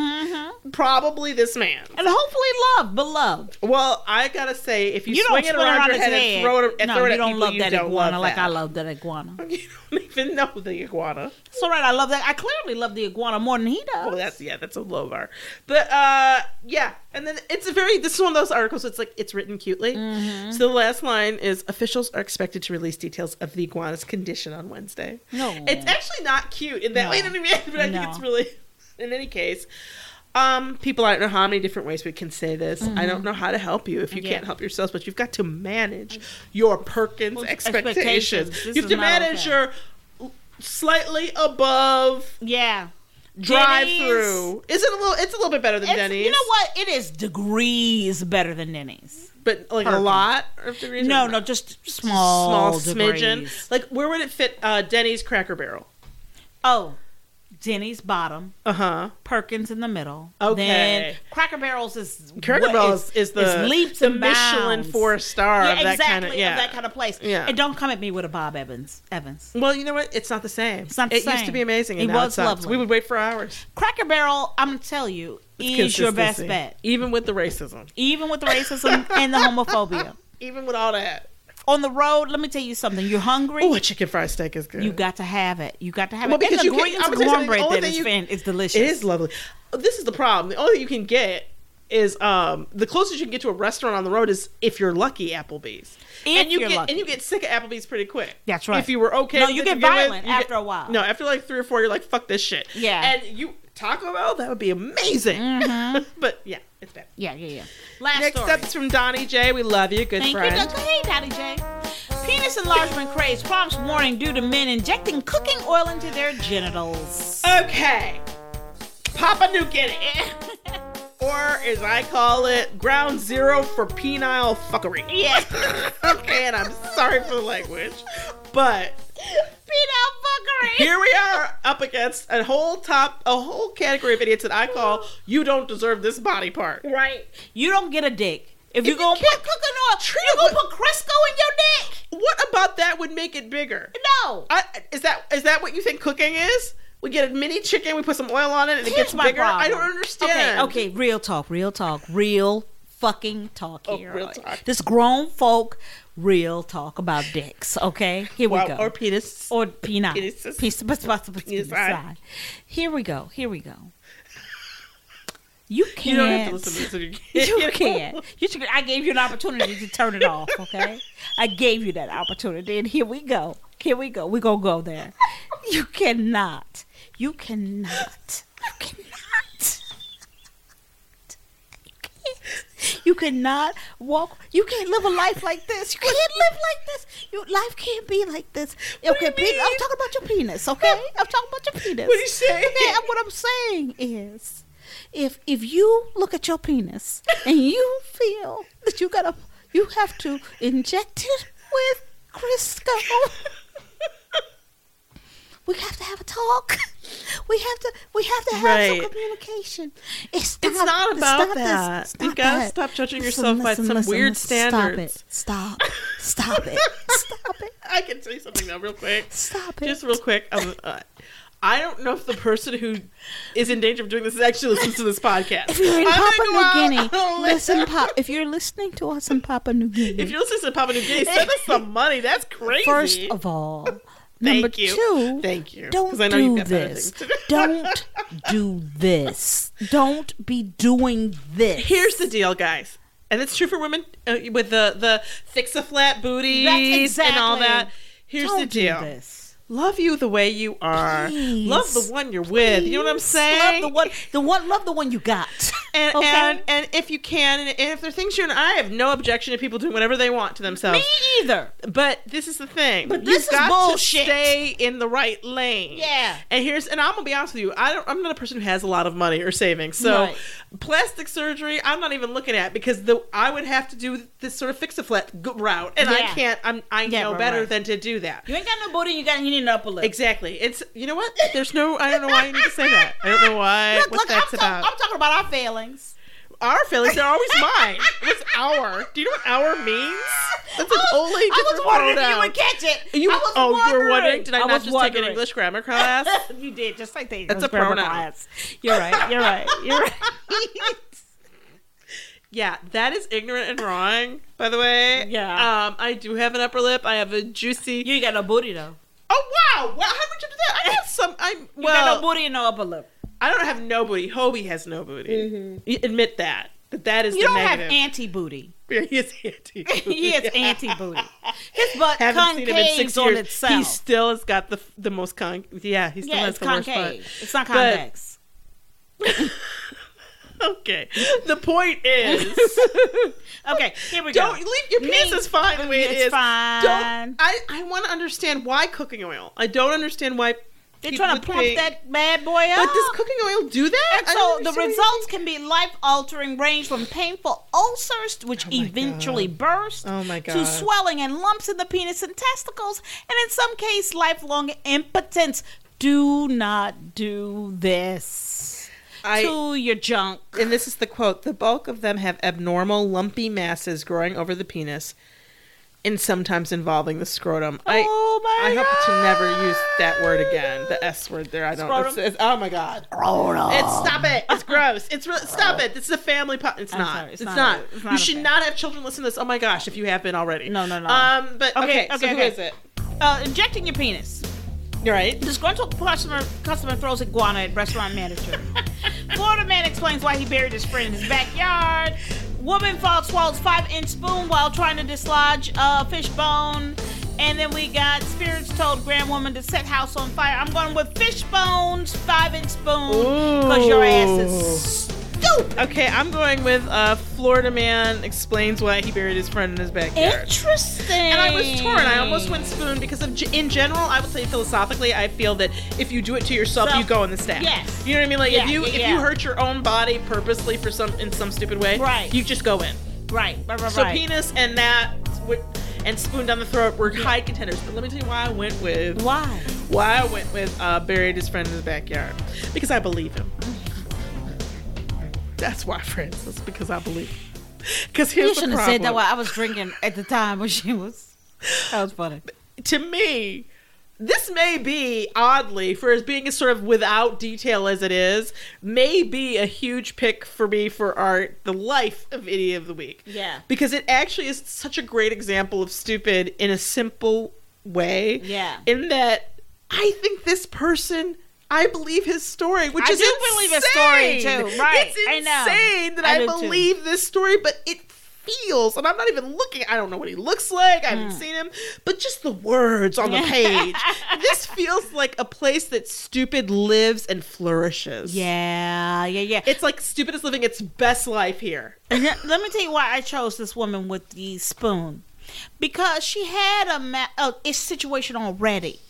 [SPEAKER 2] Probably this man.
[SPEAKER 1] and hopefully love, beloved.
[SPEAKER 2] Well, I gotta say, if you,
[SPEAKER 1] You
[SPEAKER 2] swing
[SPEAKER 1] don't
[SPEAKER 2] it
[SPEAKER 1] swing around
[SPEAKER 2] around your
[SPEAKER 1] his
[SPEAKER 2] head
[SPEAKER 1] head.
[SPEAKER 2] and throw it, and
[SPEAKER 1] no,
[SPEAKER 2] throw it
[SPEAKER 1] you
[SPEAKER 2] at
[SPEAKER 1] don't
[SPEAKER 2] people
[SPEAKER 1] love
[SPEAKER 2] you
[SPEAKER 1] that
[SPEAKER 2] don't
[SPEAKER 1] iguana
[SPEAKER 2] love
[SPEAKER 1] like
[SPEAKER 2] that.
[SPEAKER 1] I love that iguana.
[SPEAKER 2] <laughs> You don't even know the iguana.
[SPEAKER 1] It's all right. I love that. I clearly love the iguana more than he does.
[SPEAKER 2] Oh, that's yeah, that's a low bar. But uh, yeah, and then it's a very. This is one of those articles. It's like it's written cutely.
[SPEAKER 1] Mm-hmm.
[SPEAKER 2] So the last line is: officials are expected to release details of the iguana's condition on Wednesday.
[SPEAKER 1] No.
[SPEAKER 2] it's actually not cute in that
[SPEAKER 1] No.
[SPEAKER 2] way. That I mean, <laughs> but I
[SPEAKER 1] No.
[SPEAKER 2] think it's really. In any case. Um, people, I don't know how many different ways we can say this. I don't know how to help you if you
[SPEAKER 1] Mm-hmm. Yeah.
[SPEAKER 2] can't help yourselves, but you've got to manage your Perkins expectations.
[SPEAKER 1] expectations. This
[SPEAKER 2] You have
[SPEAKER 1] is
[SPEAKER 2] to
[SPEAKER 1] not
[SPEAKER 2] manage
[SPEAKER 1] okay.
[SPEAKER 2] your slightly above
[SPEAKER 1] yeah.
[SPEAKER 2] drive
[SPEAKER 1] Denny's-
[SPEAKER 2] through. Is it a little? It's a little bit better than
[SPEAKER 1] It's-
[SPEAKER 2] Denny's.
[SPEAKER 1] You know what? It is degrees better than Denny's.
[SPEAKER 2] But like a
[SPEAKER 1] Perfect.
[SPEAKER 2] lot of degrees.
[SPEAKER 1] No,
[SPEAKER 2] or
[SPEAKER 1] no,
[SPEAKER 2] not?
[SPEAKER 1] just small, degrees.
[SPEAKER 2] smidgen. Like where would it fit? Uh, Denny's Cracker Barrel.
[SPEAKER 1] Oh, Denny's bottom,
[SPEAKER 2] Uh huh.
[SPEAKER 1] Perkins in the middle.
[SPEAKER 2] Okay.
[SPEAKER 1] Then Cracker Barrels is
[SPEAKER 2] Cracker
[SPEAKER 1] what
[SPEAKER 2] Barrel is, is the
[SPEAKER 1] leaps
[SPEAKER 2] the
[SPEAKER 1] and
[SPEAKER 2] Michelin
[SPEAKER 1] bounds.
[SPEAKER 2] four star.
[SPEAKER 1] Yeah,
[SPEAKER 2] of that
[SPEAKER 1] exactly.
[SPEAKER 2] Kind of, yeah.
[SPEAKER 1] that kind of place.
[SPEAKER 2] Yeah.
[SPEAKER 1] And don't come at me with a Bob Evans. Evans.
[SPEAKER 2] Well, you know what? It's not the same.
[SPEAKER 1] It's not the
[SPEAKER 2] it used to
[SPEAKER 1] same.
[SPEAKER 2] be amazing. And
[SPEAKER 1] It
[SPEAKER 2] now
[SPEAKER 1] was
[SPEAKER 2] it sucks.
[SPEAKER 1] lovely.
[SPEAKER 2] We would wait for hours.
[SPEAKER 1] Cracker Barrel. I'm gonna tell you is your best
[SPEAKER 2] Consistency.
[SPEAKER 1] bet,
[SPEAKER 2] even with the racism,
[SPEAKER 1] even with the racism and the homophobia.
[SPEAKER 2] even with all that.
[SPEAKER 1] On the road, let me tell you something. You're hungry.
[SPEAKER 2] Oh, a chicken fried steak is good.
[SPEAKER 1] You got to have it. You got to have
[SPEAKER 2] Well,
[SPEAKER 1] it. And
[SPEAKER 2] because
[SPEAKER 1] the
[SPEAKER 2] you can-
[SPEAKER 1] greens
[SPEAKER 2] I'm
[SPEAKER 1] and
[SPEAKER 2] gonna tell you, the
[SPEAKER 1] cornbread
[SPEAKER 2] only
[SPEAKER 1] that
[SPEAKER 2] thing
[SPEAKER 1] is
[SPEAKER 2] you-
[SPEAKER 1] fan is delicious.
[SPEAKER 2] It is lovely. This is the problem. The only thing you can get is um, the closest you can get to a restaurant on the road is if you're lucky, Applebee's.
[SPEAKER 1] If
[SPEAKER 2] and you
[SPEAKER 1] you're
[SPEAKER 2] get
[SPEAKER 1] lucky.
[SPEAKER 2] and you get sick of Applebee's pretty quick.
[SPEAKER 1] That's right.
[SPEAKER 2] If you were okay,
[SPEAKER 1] No,
[SPEAKER 2] with
[SPEAKER 1] you
[SPEAKER 2] it
[SPEAKER 1] get
[SPEAKER 2] to begin with,
[SPEAKER 1] violent
[SPEAKER 2] you get-
[SPEAKER 1] after a while.
[SPEAKER 2] No, after like three or four, you're like, fuck this shit.
[SPEAKER 1] Yeah.
[SPEAKER 2] And you Taco Bell, that would be amazing. <laughs> but yeah, it's bad.
[SPEAKER 1] Yeah, yeah, yeah. Last
[SPEAKER 2] Next
[SPEAKER 1] story.
[SPEAKER 2] up is from Donnie J. We love you, good
[SPEAKER 1] Thank
[SPEAKER 2] friend.
[SPEAKER 1] you, Dr. Hey, Daddy J. Penis enlargement craze prompts warning due to men injecting cooking oil into their
[SPEAKER 2] <laughs>
[SPEAKER 1] genitals.
[SPEAKER 2] Okay. Papa New Guinea. or as I call it, ground zero for penile fuckery.
[SPEAKER 1] Yeah.
[SPEAKER 2] okay, <laughs> and I'm sorry for the language. But
[SPEAKER 1] Peanut fuckery.
[SPEAKER 2] here we are up against a whole top a whole category of idiots that I call you don't deserve this body part.
[SPEAKER 1] Right. You don't get a dick. If
[SPEAKER 2] you
[SPEAKER 1] you're going to put
[SPEAKER 2] can't-
[SPEAKER 1] cooking oil, you're going to put Crisco in your dick.
[SPEAKER 2] What about that would make it bigger?
[SPEAKER 1] No.
[SPEAKER 2] I, is that is that what you think cooking is? We get a mini chicken, we put some oil on it, and it gets bigger. I don't understand.
[SPEAKER 1] Okay, okay, real talk, real talk, real fucking talk here.
[SPEAKER 2] Oh, real talk.
[SPEAKER 1] This grown folk real talk about dicks, okay? Here we
[SPEAKER 2] Wow,
[SPEAKER 1] go.
[SPEAKER 2] or penis.
[SPEAKER 1] or peanut.
[SPEAKER 2] Penises.
[SPEAKER 1] Piece of
[SPEAKER 2] Penis.
[SPEAKER 1] side. Here we go. Here we go. You can't.
[SPEAKER 2] you don't have to listen to this if you
[SPEAKER 1] <laughs>
[SPEAKER 2] can't. <laughs>
[SPEAKER 1] You can't. You should, I gave you an opportunity to turn it off, okay? I gave you that opportunity, and here we go. Here we go. We're going to go there. You cannot. You cannot. You cannot. You can't. You cannot walk. You can't live a life like this. You can't live like this. Your life can't be like this. Okay, pe- I'm talking about your penis. Okay, I'm talking about your penis.
[SPEAKER 2] What are you saying?
[SPEAKER 1] Okay,
[SPEAKER 2] <laughs>
[SPEAKER 1] and what I'm saying is, if if you look at your penis and you feel that you gotta, you have to inject it with
[SPEAKER 2] <laughs>
[SPEAKER 1] Crisco. We have to have a talk. We have to. We have to have
[SPEAKER 2] Right.
[SPEAKER 1] some communication. It's not,
[SPEAKER 2] It's not about
[SPEAKER 1] stop this.
[SPEAKER 2] that.
[SPEAKER 1] Stop
[SPEAKER 2] You've gotta
[SPEAKER 1] that.
[SPEAKER 2] stop judging yourself by some weird standards.
[SPEAKER 1] Stop it. Stop.
[SPEAKER 2] <laughs>
[SPEAKER 1] Stop it. Stop it.
[SPEAKER 2] I can say something now, real quick.
[SPEAKER 1] Stop it.
[SPEAKER 2] Just real quick. Um, uh, I don't know if the person who is in danger of doing this actually listens to this podcast.
[SPEAKER 1] If you're in
[SPEAKER 2] I'm gonna go out
[SPEAKER 1] Papua New
[SPEAKER 2] on a
[SPEAKER 1] Guinea,
[SPEAKER 2] limb.
[SPEAKER 1] listen, Pop. If you're listening to us in Papua New Guinea,
[SPEAKER 2] If you're listening to Papua New Guinea, send us
[SPEAKER 1] <laughs>
[SPEAKER 2] some money. That's crazy.
[SPEAKER 1] first of all,
[SPEAKER 2] Thank
[SPEAKER 1] number
[SPEAKER 2] you.
[SPEAKER 1] two,
[SPEAKER 2] Thank you. 'Cause
[SPEAKER 1] Don't
[SPEAKER 2] I know
[SPEAKER 1] do
[SPEAKER 2] you've got better
[SPEAKER 1] this.
[SPEAKER 2] things to do. <laughs>
[SPEAKER 1] don't do this. Don't be doing this.
[SPEAKER 2] Here's the deal, guys. And it's true for women uh, with the the fix a flat booty and all
[SPEAKER 1] exactly.
[SPEAKER 2] that. Here's
[SPEAKER 1] Don't
[SPEAKER 2] the
[SPEAKER 1] do
[SPEAKER 2] deal.
[SPEAKER 1] this.
[SPEAKER 2] Love you the way you are.
[SPEAKER 1] Please.
[SPEAKER 2] Love the one you're with. You know what I'm saying?
[SPEAKER 1] Love the one, the one, love the one you got.
[SPEAKER 2] And,
[SPEAKER 1] Okay?
[SPEAKER 2] and and if you can, and, and if there are things you're, I have no objection to people doing whatever they want to themselves.
[SPEAKER 1] me either.
[SPEAKER 2] But this is the thing. But
[SPEAKER 1] this
[SPEAKER 2] You've
[SPEAKER 1] is
[SPEAKER 2] got
[SPEAKER 1] bullshit.
[SPEAKER 2] To stay in the right lane.
[SPEAKER 1] Yeah.
[SPEAKER 2] And here's, and I'm gonna be honest with you. I don't. I'm not a person who has a lot of money or savings. So
[SPEAKER 1] Right.
[SPEAKER 2] plastic surgery, I'm not even looking at because the I would have to do this sort of fix a flat route, and I
[SPEAKER 1] Yeah.
[SPEAKER 2] can't. I'm I
[SPEAKER 1] Yeah,
[SPEAKER 2] know
[SPEAKER 1] right,
[SPEAKER 2] better
[SPEAKER 1] right.
[SPEAKER 2] than to do that.
[SPEAKER 1] You ain't got no booty. You got you need an upper lip.
[SPEAKER 2] Exactly. It's you know what? There's no. I don't know why you need to say that. I don't know
[SPEAKER 1] <laughs>
[SPEAKER 2] why.
[SPEAKER 1] Look,
[SPEAKER 2] what
[SPEAKER 1] look, I'm,
[SPEAKER 2] that's
[SPEAKER 1] talk-
[SPEAKER 2] about.
[SPEAKER 1] I'm talking about our failings.
[SPEAKER 2] Our feelings are always mine. It's our. Do you know what our means? That's a totally
[SPEAKER 1] I was
[SPEAKER 2] different
[SPEAKER 1] wondering if you
[SPEAKER 2] pronoun.
[SPEAKER 1] would catch it.
[SPEAKER 2] You-
[SPEAKER 1] I was
[SPEAKER 2] oh, you were wondering? Did I,
[SPEAKER 9] I
[SPEAKER 2] not
[SPEAKER 9] was
[SPEAKER 2] just take
[SPEAKER 9] wondering.
[SPEAKER 2] an English grammar class?
[SPEAKER 1] <laughs> You did just like the
[SPEAKER 2] That's
[SPEAKER 1] English
[SPEAKER 2] a
[SPEAKER 1] grammar
[SPEAKER 2] pronoun.
[SPEAKER 1] class. You're right. You're right. You're
[SPEAKER 2] <laughs>
[SPEAKER 1] right.
[SPEAKER 2] <laughs> yeah, that is ignorant and wrong. By the way,
[SPEAKER 1] Yeah.
[SPEAKER 2] Um, I do have an upper lip. I have a juicy.
[SPEAKER 1] you ain't got no booty though.
[SPEAKER 2] oh wow! Wow, how would you do that? I got some. I'm
[SPEAKER 1] You got
[SPEAKER 2] well.
[SPEAKER 1] no booty and no upper lip.
[SPEAKER 2] I don't have no booty. Hobie has no booty. You admit that. That that is
[SPEAKER 1] You
[SPEAKER 2] the
[SPEAKER 1] don't have
[SPEAKER 2] negative. <laughs>
[SPEAKER 1] anti booty.
[SPEAKER 2] he is <laughs> anti.
[SPEAKER 1] he is anti booty. His butt
[SPEAKER 2] Haven't
[SPEAKER 1] concaves
[SPEAKER 2] seen him in six
[SPEAKER 1] on
[SPEAKER 2] years.
[SPEAKER 1] itself.
[SPEAKER 2] He still has got the the most con. Yeah, he still
[SPEAKER 1] yeah,
[SPEAKER 2] has
[SPEAKER 1] it's
[SPEAKER 2] the worst
[SPEAKER 1] concave.
[SPEAKER 2] butt.
[SPEAKER 1] It's not
[SPEAKER 2] But-
[SPEAKER 1] convex.
[SPEAKER 2] <laughs> Okay. The point
[SPEAKER 1] <laughs>
[SPEAKER 2] is,
[SPEAKER 1] okay, here we go.
[SPEAKER 2] don't leave your pants
[SPEAKER 1] Me-
[SPEAKER 2] is fine the way it
[SPEAKER 1] it's
[SPEAKER 2] is.
[SPEAKER 1] fine.
[SPEAKER 2] Don't. I, I want to understand why cooking oil. I don't understand why.
[SPEAKER 1] They're
[SPEAKER 2] people
[SPEAKER 1] trying
[SPEAKER 2] would
[SPEAKER 1] to plump
[SPEAKER 2] think-
[SPEAKER 1] that bad boy up.
[SPEAKER 2] But does cooking oil do that?
[SPEAKER 1] And
[SPEAKER 2] I
[SPEAKER 1] so
[SPEAKER 2] don't
[SPEAKER 1] the
[SPEAKER 2] understand.
[SPEAKER 1] results can be life altering, range from painful ulcers, which eventually burst,
[SPEAKER 2] Oh my
[SPEAKER 1] to
[SPEAKER 2] God.
[SPEAKER 1] swelling and lumps in the penis and testicles, and in some case, lifelong impotence. Do not do this
[SPEAKER 2] I-
[SPEAKER 1] to your junk.
[SPEAKER 2] and this is the quote the bulk of them have abnormal lumpy masses growing over the penis and sometimes involving the scrotum i
[SPEAKER 1] Oh my
[SPEAKER 2] i hope to never use that word again the s word there i don't it's,
[SPEAKER 1] Scrotum?
[SPEAKER 2] it's- oh my god it's stop it it's gross it's re- stop it this is a family po- it's, not.
[SPEAKER 1] sorry,
[SPEAKER 2] it's,
[SPEAKER 1] it's not
[SPEAKER 2] not.
[SPEAKER 1] a- it's not
[SPEAKER 2] you
[SPEAKER 1] a
[SPEAKER 2] should
[SPEAKER 1] thing.
[SPEAKER 2] not have children listen to this oh my gosh if you have been already
[SPEAKER 1] No, no, no.
[SPEAKER 2] um but okay
[SPEAKER 1] Okay,
[SPEAKER 2] okay, so
[SPEAKER 1] okay,
[SPEAKER 2] who
[SPEAKER 1] okay.
[SPEAKER 2] is it
[SPEAKER 1] Uh, injecting your penis.
[SPEAKER 2] you're right
[SPEAKER 1] Disgruntled customer, customer throws iguana at restaurant <laughs> manager. Florida man explains why he buried his friend in his backyard. Woman falls, swallows five inch spoon while trying to dislodge uh, fish bone. And then we got spirits told grand woman to set house on fire. I'm going with fish bones, five inch spoon, because your ass is stupid.
[SPEAKER 2] okay i'm going with uh florida man explains why he buried his friend in his backyard
[SPEAKER 1] Interesting.
[SPEAKER 2] And I was torn. I almost went spoon because of, in general, I would say philosophically, I feel that if you do it to yourself,
[SPEAKER 1] Self-
[SPEAKER 2] you go in the stack.
[SPEAKER 1] Yes.
[SPEAKER 2] You know what I mean? Like
[SPEAKER 1] Yeah,
[SPEAKER 2] if you
[SPEAKER 1] yeah,
[SPEAKER 2] if
[SPEAKER 1] yeah.
[SPEAKER 2] you hurt your own body purposely for some in some stupid way,
[SPEAKER 1] Right.
[SPEAKER 2] You just go in.
[SPEAKER 1] Right, right, right,
[SPEAKER 2] So
[SPEAKER 1] right.
[SPEAKER 2] penis and that wi- and spoon down the throat were high contenders. But let me tell you why I went with
[SPEAKER 1] Why?
[SPEAKER 2] why I went with uh, buried his friend in his backyard because I believe him. That's why, friends. That's because I believe. Because here's
[SPEAKER 1] You
[SPEAKER 2] the
[SPEAKER 1] shouldn't
[SPEAKER 2] problem.
[SPEAKER 1] have said that while I was drinking at the time when she was. That was funny.
[SPEAKER 2] to me, this may be oddly for as being as sort of without detail as it is, may be a huge pick for me for our the life of idiot of the week.
[SPEAKER 1] Yeah.
[SPEAKER 2] because it actually is such a great example of stupid in a simple way.
[SPEAKER 1] Yeah.
[SPEAKER 2] in that I think this person. I believe his story, which
[SPEAKER 1] I
[SPEAKER 2] is
[SPEAKER 1] do believe his story,
[SPEAKER 2] insane.
[SPEAKER 1] too. Right.
[SPEAKER 2] It's
[SPEAKER 1] I
[SPEAKER 2] insane
[SPEAKER 1] know.
[SPEAKER 2] that
[SPEAKER 1] I
[SPEAKER 2] I,
[SPEAKER 1] do, too.
[SPEAKER 2] believe this story, but it feels, and I'm not even looking. I don't know what he looks like. I haven't
[SPEAKER 1] Hmm.
[SPEAKER 2] seen him, but just the words on the
[SPEAKER 1] <laughs>
[SPEAKER 2] page. this feels like a place that stupid lives and flourishes.
[SPEAKER 1] Yeah, yeah, yeah.
[SPEAKER 2] It's like stupid is living its best life here.
[SPEAKER 1] And let- let me tell you why I chose this woman with the spoon. Because she had a, ma- a, a situation already.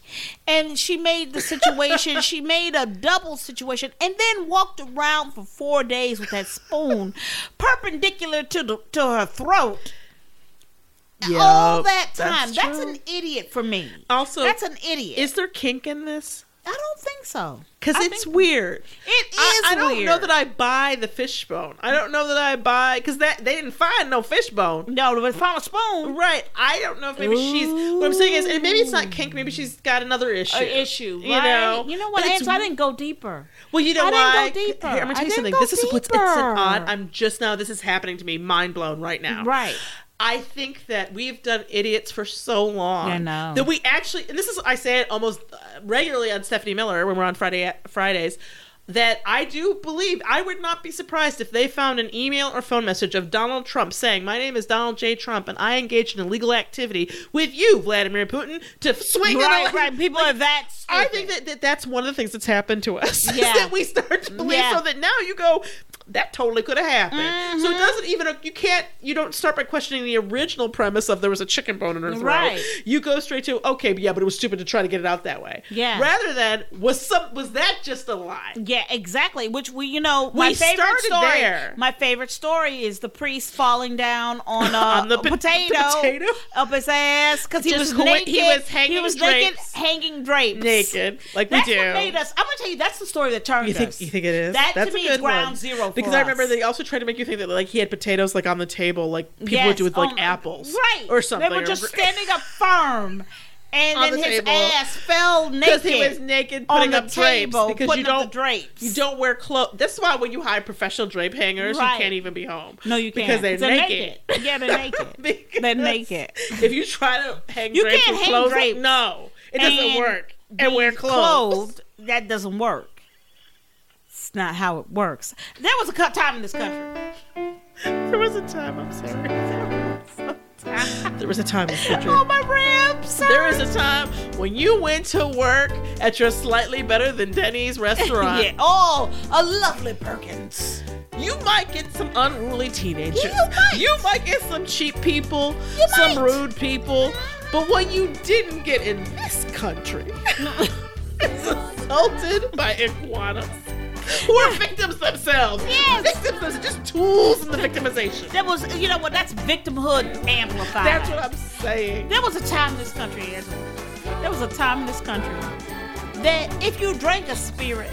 [SPEAKER 1] And she made the
[SPEAKER 2] <laughs>
[SPEAKER 1] situation, she made a double situation, and then walked around for four days with that
[SPEAKER 2] <laughs>
[SPEAKER 1] spoon perpendicular to, the, to her throat. All
[SPEAKER 2] Yup,
[SPEAKER 1] that time.
[SPEAKER 2] that's
[SPEAKER 1] That's,
[SPEAKER 2] true.
[SPEAKER 1] an idiot for me.
[SPEAKER 2] Also,
[SPEAKER 1] that's an idiot.
[SPEAKER 2] Is there kink in this?
[SPEAKER 1] I don't think so.
[SPEAKER 2] Because
[SPEAKER 1] I
[SPEAKER 2] it's
[SPEAKER 1] think-
[SPEAKER 2] weird.
[SPEAKER 1] It is
[SPEAKER 2] I, I don't
[SPEAKER 1] weird.
[SPEAKER 2] know that I buy the fishbone. I don't know that I buy because that they didn't find no fishbone.
[SPEAKER 1] No, but found a spoon.
[SPEAKER 2] Right. I don't know if maybe she's. What I'm saying is, and maybe it's not kink. Maybe she's got another issue.
[SPEAKER 1] An issue, right?
[SPEAKER 2] You know.
[SPEAKER 1] you know what,
[SPEAKER 2] But it's
[SPEAKER 1] Ange? I didn't go deeper.
[SPEAKER 2] Well, you know
[SPEAKER 1] I didn't go
[SPEAKER 2] why?
[SPEAKER 1] deeper.
[SPEAKER 2] Here, I'm
[SPEAKER 1] I
[SPEAKER 2] gonna tell you
[SPEAKER 1] didn't
[SPEAKER 2] something.
[SPEAKER 1] go
[SPEAKER 2] This is what's it's an odd.
[SPEAKER 1] deeper.
[SPEAKER 2] I'm just now. This is happening to me. Mind blown right now.
[SPEAKER 1] Right.
[SPEAKER 2] I think that we've done idiots for so long
[SPEAKER 1] I know.
[SPEAKER 2] that we actually, and this is I say it almost uh, regularly on Stephanie Miller when we're on Friday Fridays, that I do believe I would not be surprised if they found an email or phone message of Donald Trump saying, "My name is Donald J. Trump, and I engaged in illegal activity with you, Vladimir Putin, to swing an
[SPEAKER 1] Right,
[SPEAKER 2] ele-"
[SPEAKER 1] right. People
[SPEAKER 2] Like,
[SPEAKER 1] are that
[SPEAKER 2] I
[SPEAKER 1] stupid.
[SPEAKER 2] think that, that that's one of the things that's happened to us. <laughs> is
[SPEAKER 1] Yeah.
[SPEAKER 2] that we start to believe
[SPEAKER 1] Yeah. Mm-hmm.
[SPEAKER 2] so that now you go, that totally could have happened. So it doesn't even, you can't, you don't start by questioning the original premise of there was a chicken bone in her throat.
[SPEAKER 1] Right.
[SPEAKER 2] You go straight to, okay, but yeah, but it was stupid to try to get it out that way.
[SPEAKER 1] Yeah.
[SPEAKER 2] Rather than, was some, was that just a lie?
[SPEAKER 1] Yeah, exactly. Which we, you know, my favorite
[SPEAKER 2] started
[SPEAKER 1] story.
[SPEAKER 2] there.
[SPEAKER 1] My favorite story is the priest falling down on a,
[SPEAKER 2] <laughs> On the
[SPEAKER 1] a
[SPEAKER 2] pot-
[SPEAKER 1] potato,
[SPEAKER 2] the potato?
[SPEAKER 1] up his ass because he
[SPEAKER 2] Just
[SPEAKER 1] was
[SPEAKER 2] hoi-
[SPEAKER 1] naked.
[SPEAKER 2] he was hanging
[SPEAKER 1] was
[SPEAKER 2] drapes.
[SPEAKER 1] naked, hanging drapes,
[SPEAKER 2] Naked, like we
[SPEAKER 1] that's
[SPEAKER 2] do.
[SPEAKER 1] what made us. I'm gonna tell you. That's the story that turned
[SPEAKER 2] You think-
[SPEAKER 1] us.
[SPEAKER 2] you think it is?
[SPEAKER 1] That
[SPEAKER 2] That's
[SPEAKER 1] to
[SPEAKER 2] a
[SPEAKER 1] me
[SPEAKER 2] good
[SPEAKER 1] is ground
[SPEAKER 2] one.
[SPEAKER 1] zero.
[SPEAKER 2] because
[SPEAKER 1] for
[SPEAKER 2] I remember
[SPEAKER 1] us.
[SPEAKER 2] they also tried to make you think that like he had potatoes like on the table, like people
[SPEAKER 1] Yes,
[SPEAKER 2] would do with like
[SPEAKER 1] um,
[SPEAKER 2] apples,
[SPEAKER 1] right?
[SPEAKER 2] or something.
[SPEAKER 1] They were just
[SPEAKER 2] or-
[SPEAKER 1] standing up firm, and
[SPEAKER 2] On
[SPEAKER 1] then
[SPEAKER 2] the
[SPEAKER 1] his
[SPEAKER 2] table.
[SPEAKER 1] ass
[SPEAKER 2] <laughs>
[SPEAKER 1] fell naked.
[SPEAKER 2] because he was naked
[SPEAKER 1] on
[SPEAKER 2] putting
[SPEAKER 1] the
[SPEAKER 2] up drapes
[SPEAKER 1] table,
[SPEAKER 2] because
[SPEAKER 1] putting
[SPEAKER 2] you
[SPEAKER 1] up
[SPEAKER 2] don't
[SPEAKER 1] the drapes.
[SPEAKER 2] you don't wear clothes. That's why when you hire professional drape hangers,
[SPEAKER 1] Right.
[SPEAKER 2] you can't even be home.
[SPEAKER 1] No, you can't
[SPEAKER 2] because they're, naked.
[SPEAKER 1] Yeah, they're naked.
[SPEAKER 2] <laughs> Because
[SPEAKER 1] they're naked.
[SPEAKER 2] If you try to hang
[SPEAKER 1] You
[SPEAKER 2] drapes
[SPEAKER 1] can't
[SPEAKER 2] with
[SPEAKER 1] hang
[SPEAKER 2] clothes, on-
[SPEAKER 1] drapes
[SPEAKER 2] no, it doesn't
[SPEAKER 1] and
[SPEAKER 2] work. And wear clothes.
[SPEAKER 1] Clothed, that doesn't work. It's not how it works. There was a cut time in this country.
[SPEAKER 2] <laughs> There was a time. I'm sorry. There was a time. Miss Richard.
[SPEAKER 1] Oh my ribs!
[SPEAKER 2] There is a time when you went to work at your slightly better than
[SPEAKER 1] <laughs>
[SPEAKER 2] Denny's restaurant.
[SPEAKER 1] Yeah. Oh, a lovely Perkins.
[SPEAKER 2] You might get some unruly teenagers.
[SPEAKER 1] You might.
[SPEAKER 2] get some cheap people,
[SPEAKER 1] You
[SPEAKER 2] some
[SPEAKER 1] might.
[SPEAKER 2] rude people. But what you didn't get in this
[SPEAKER 1] <laughs>
[SPEAKER 2] country is assaulted by iguanas who are victims themselves.
[SPEAKER 1] Yes.
[SPEAKER 2] Victims themselves, just tools in the victimization.
[SPEAKER 1] That was, you know what? That's victimhood amplified.
[SPEAKER 2] That's what I'm saying.
[SPEAKER 1] There was a time in this country, Angela. There was a time in this country that if you drank a spirit,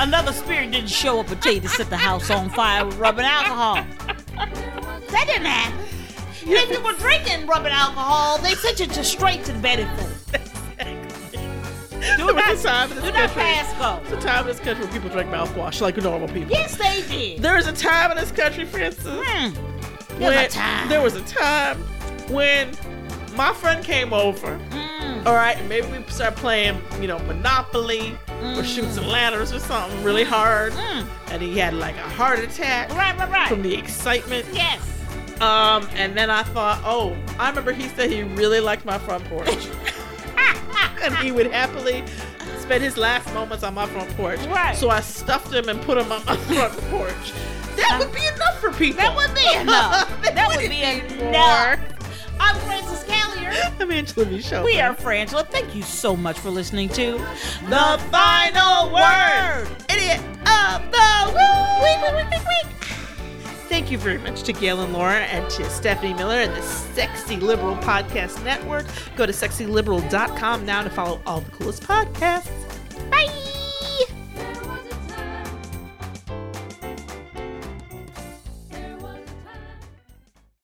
[SPEAKER 1] another spirit didn't show up until you to set the house on fire with rubbing alcohol. That didn't happen. And if you were drinking rubbing alcohol, they sent you to straight to the betting pool.
[SPEAKER 2] Do it was a time in this
[SPEAKER 1] Do not
[SPEAKER 2] country.
[SPEAKER 1] pass go.
[SPEAKER 2] There's a time in this country where people drink mouthwash like normal people.
[SPEAKER 1] Yes, they did.
[SPEAKER 2] There is a time in this country, Francis.
[SPEAKER 1] Hmm.
[SPEAKER 2] There
[SPEAKER 1] was a time.
[SPEAKER 2] There was a time when my friend came over.
[SPEAKER 1] mm.
[SPEAKER 2] All right, and maybe we start playing, you know, Monopoly
[SPEAKER 1] Mm.
[SPEAKER 2] or shoots and ladders or something really hard. And he had like a heart attack
[SPEAKER 1] Right, right, right.
[SPEAKER 2] from the excitement.
[SPEAKER 1] yes.
[SPEAKER 2] Um, and then I thought, oh, I remember he said he really liked my front
[SPEAKER 1] <laughs>
[SPEAKER 2] porch. and he would happily spend his last moments on my front porch.
[SPEAKER 1] Right.
[SPEAKER 2] So I stuffed him and put him on my <laughs> front porch. That would be enough for people.
[SPEAKER 1] Uh, That would be
[SPEAKER 2] <laughs>
[SPEAKER 1] enough.
[SPEAKER 2] They
[SPEAKER 1] that would
[SPEAKER 2] wouldn't
[SPEAKER 1] be
[SPEAKER 2] need
[SPEAKER 1] enough.
[SPEAKER 2] more.
[SPEAKER 1] I'm Francis Callier.
[SPEAKER 2] I'm Angela Michelle.
[SPEAKER 1] We are Frangela. Thank you so much for listening to The Final Word. Idiot of the Week. Week, week, week, week, week.
[SPEAKER 2] Thank you very much to Gail and Laura and to Stephanie Miller and the Sexy Liberal Podcast Network. Go to sexyliberal.com now to follow all the coolest podcasts.
[SPEAKER 1] Bye.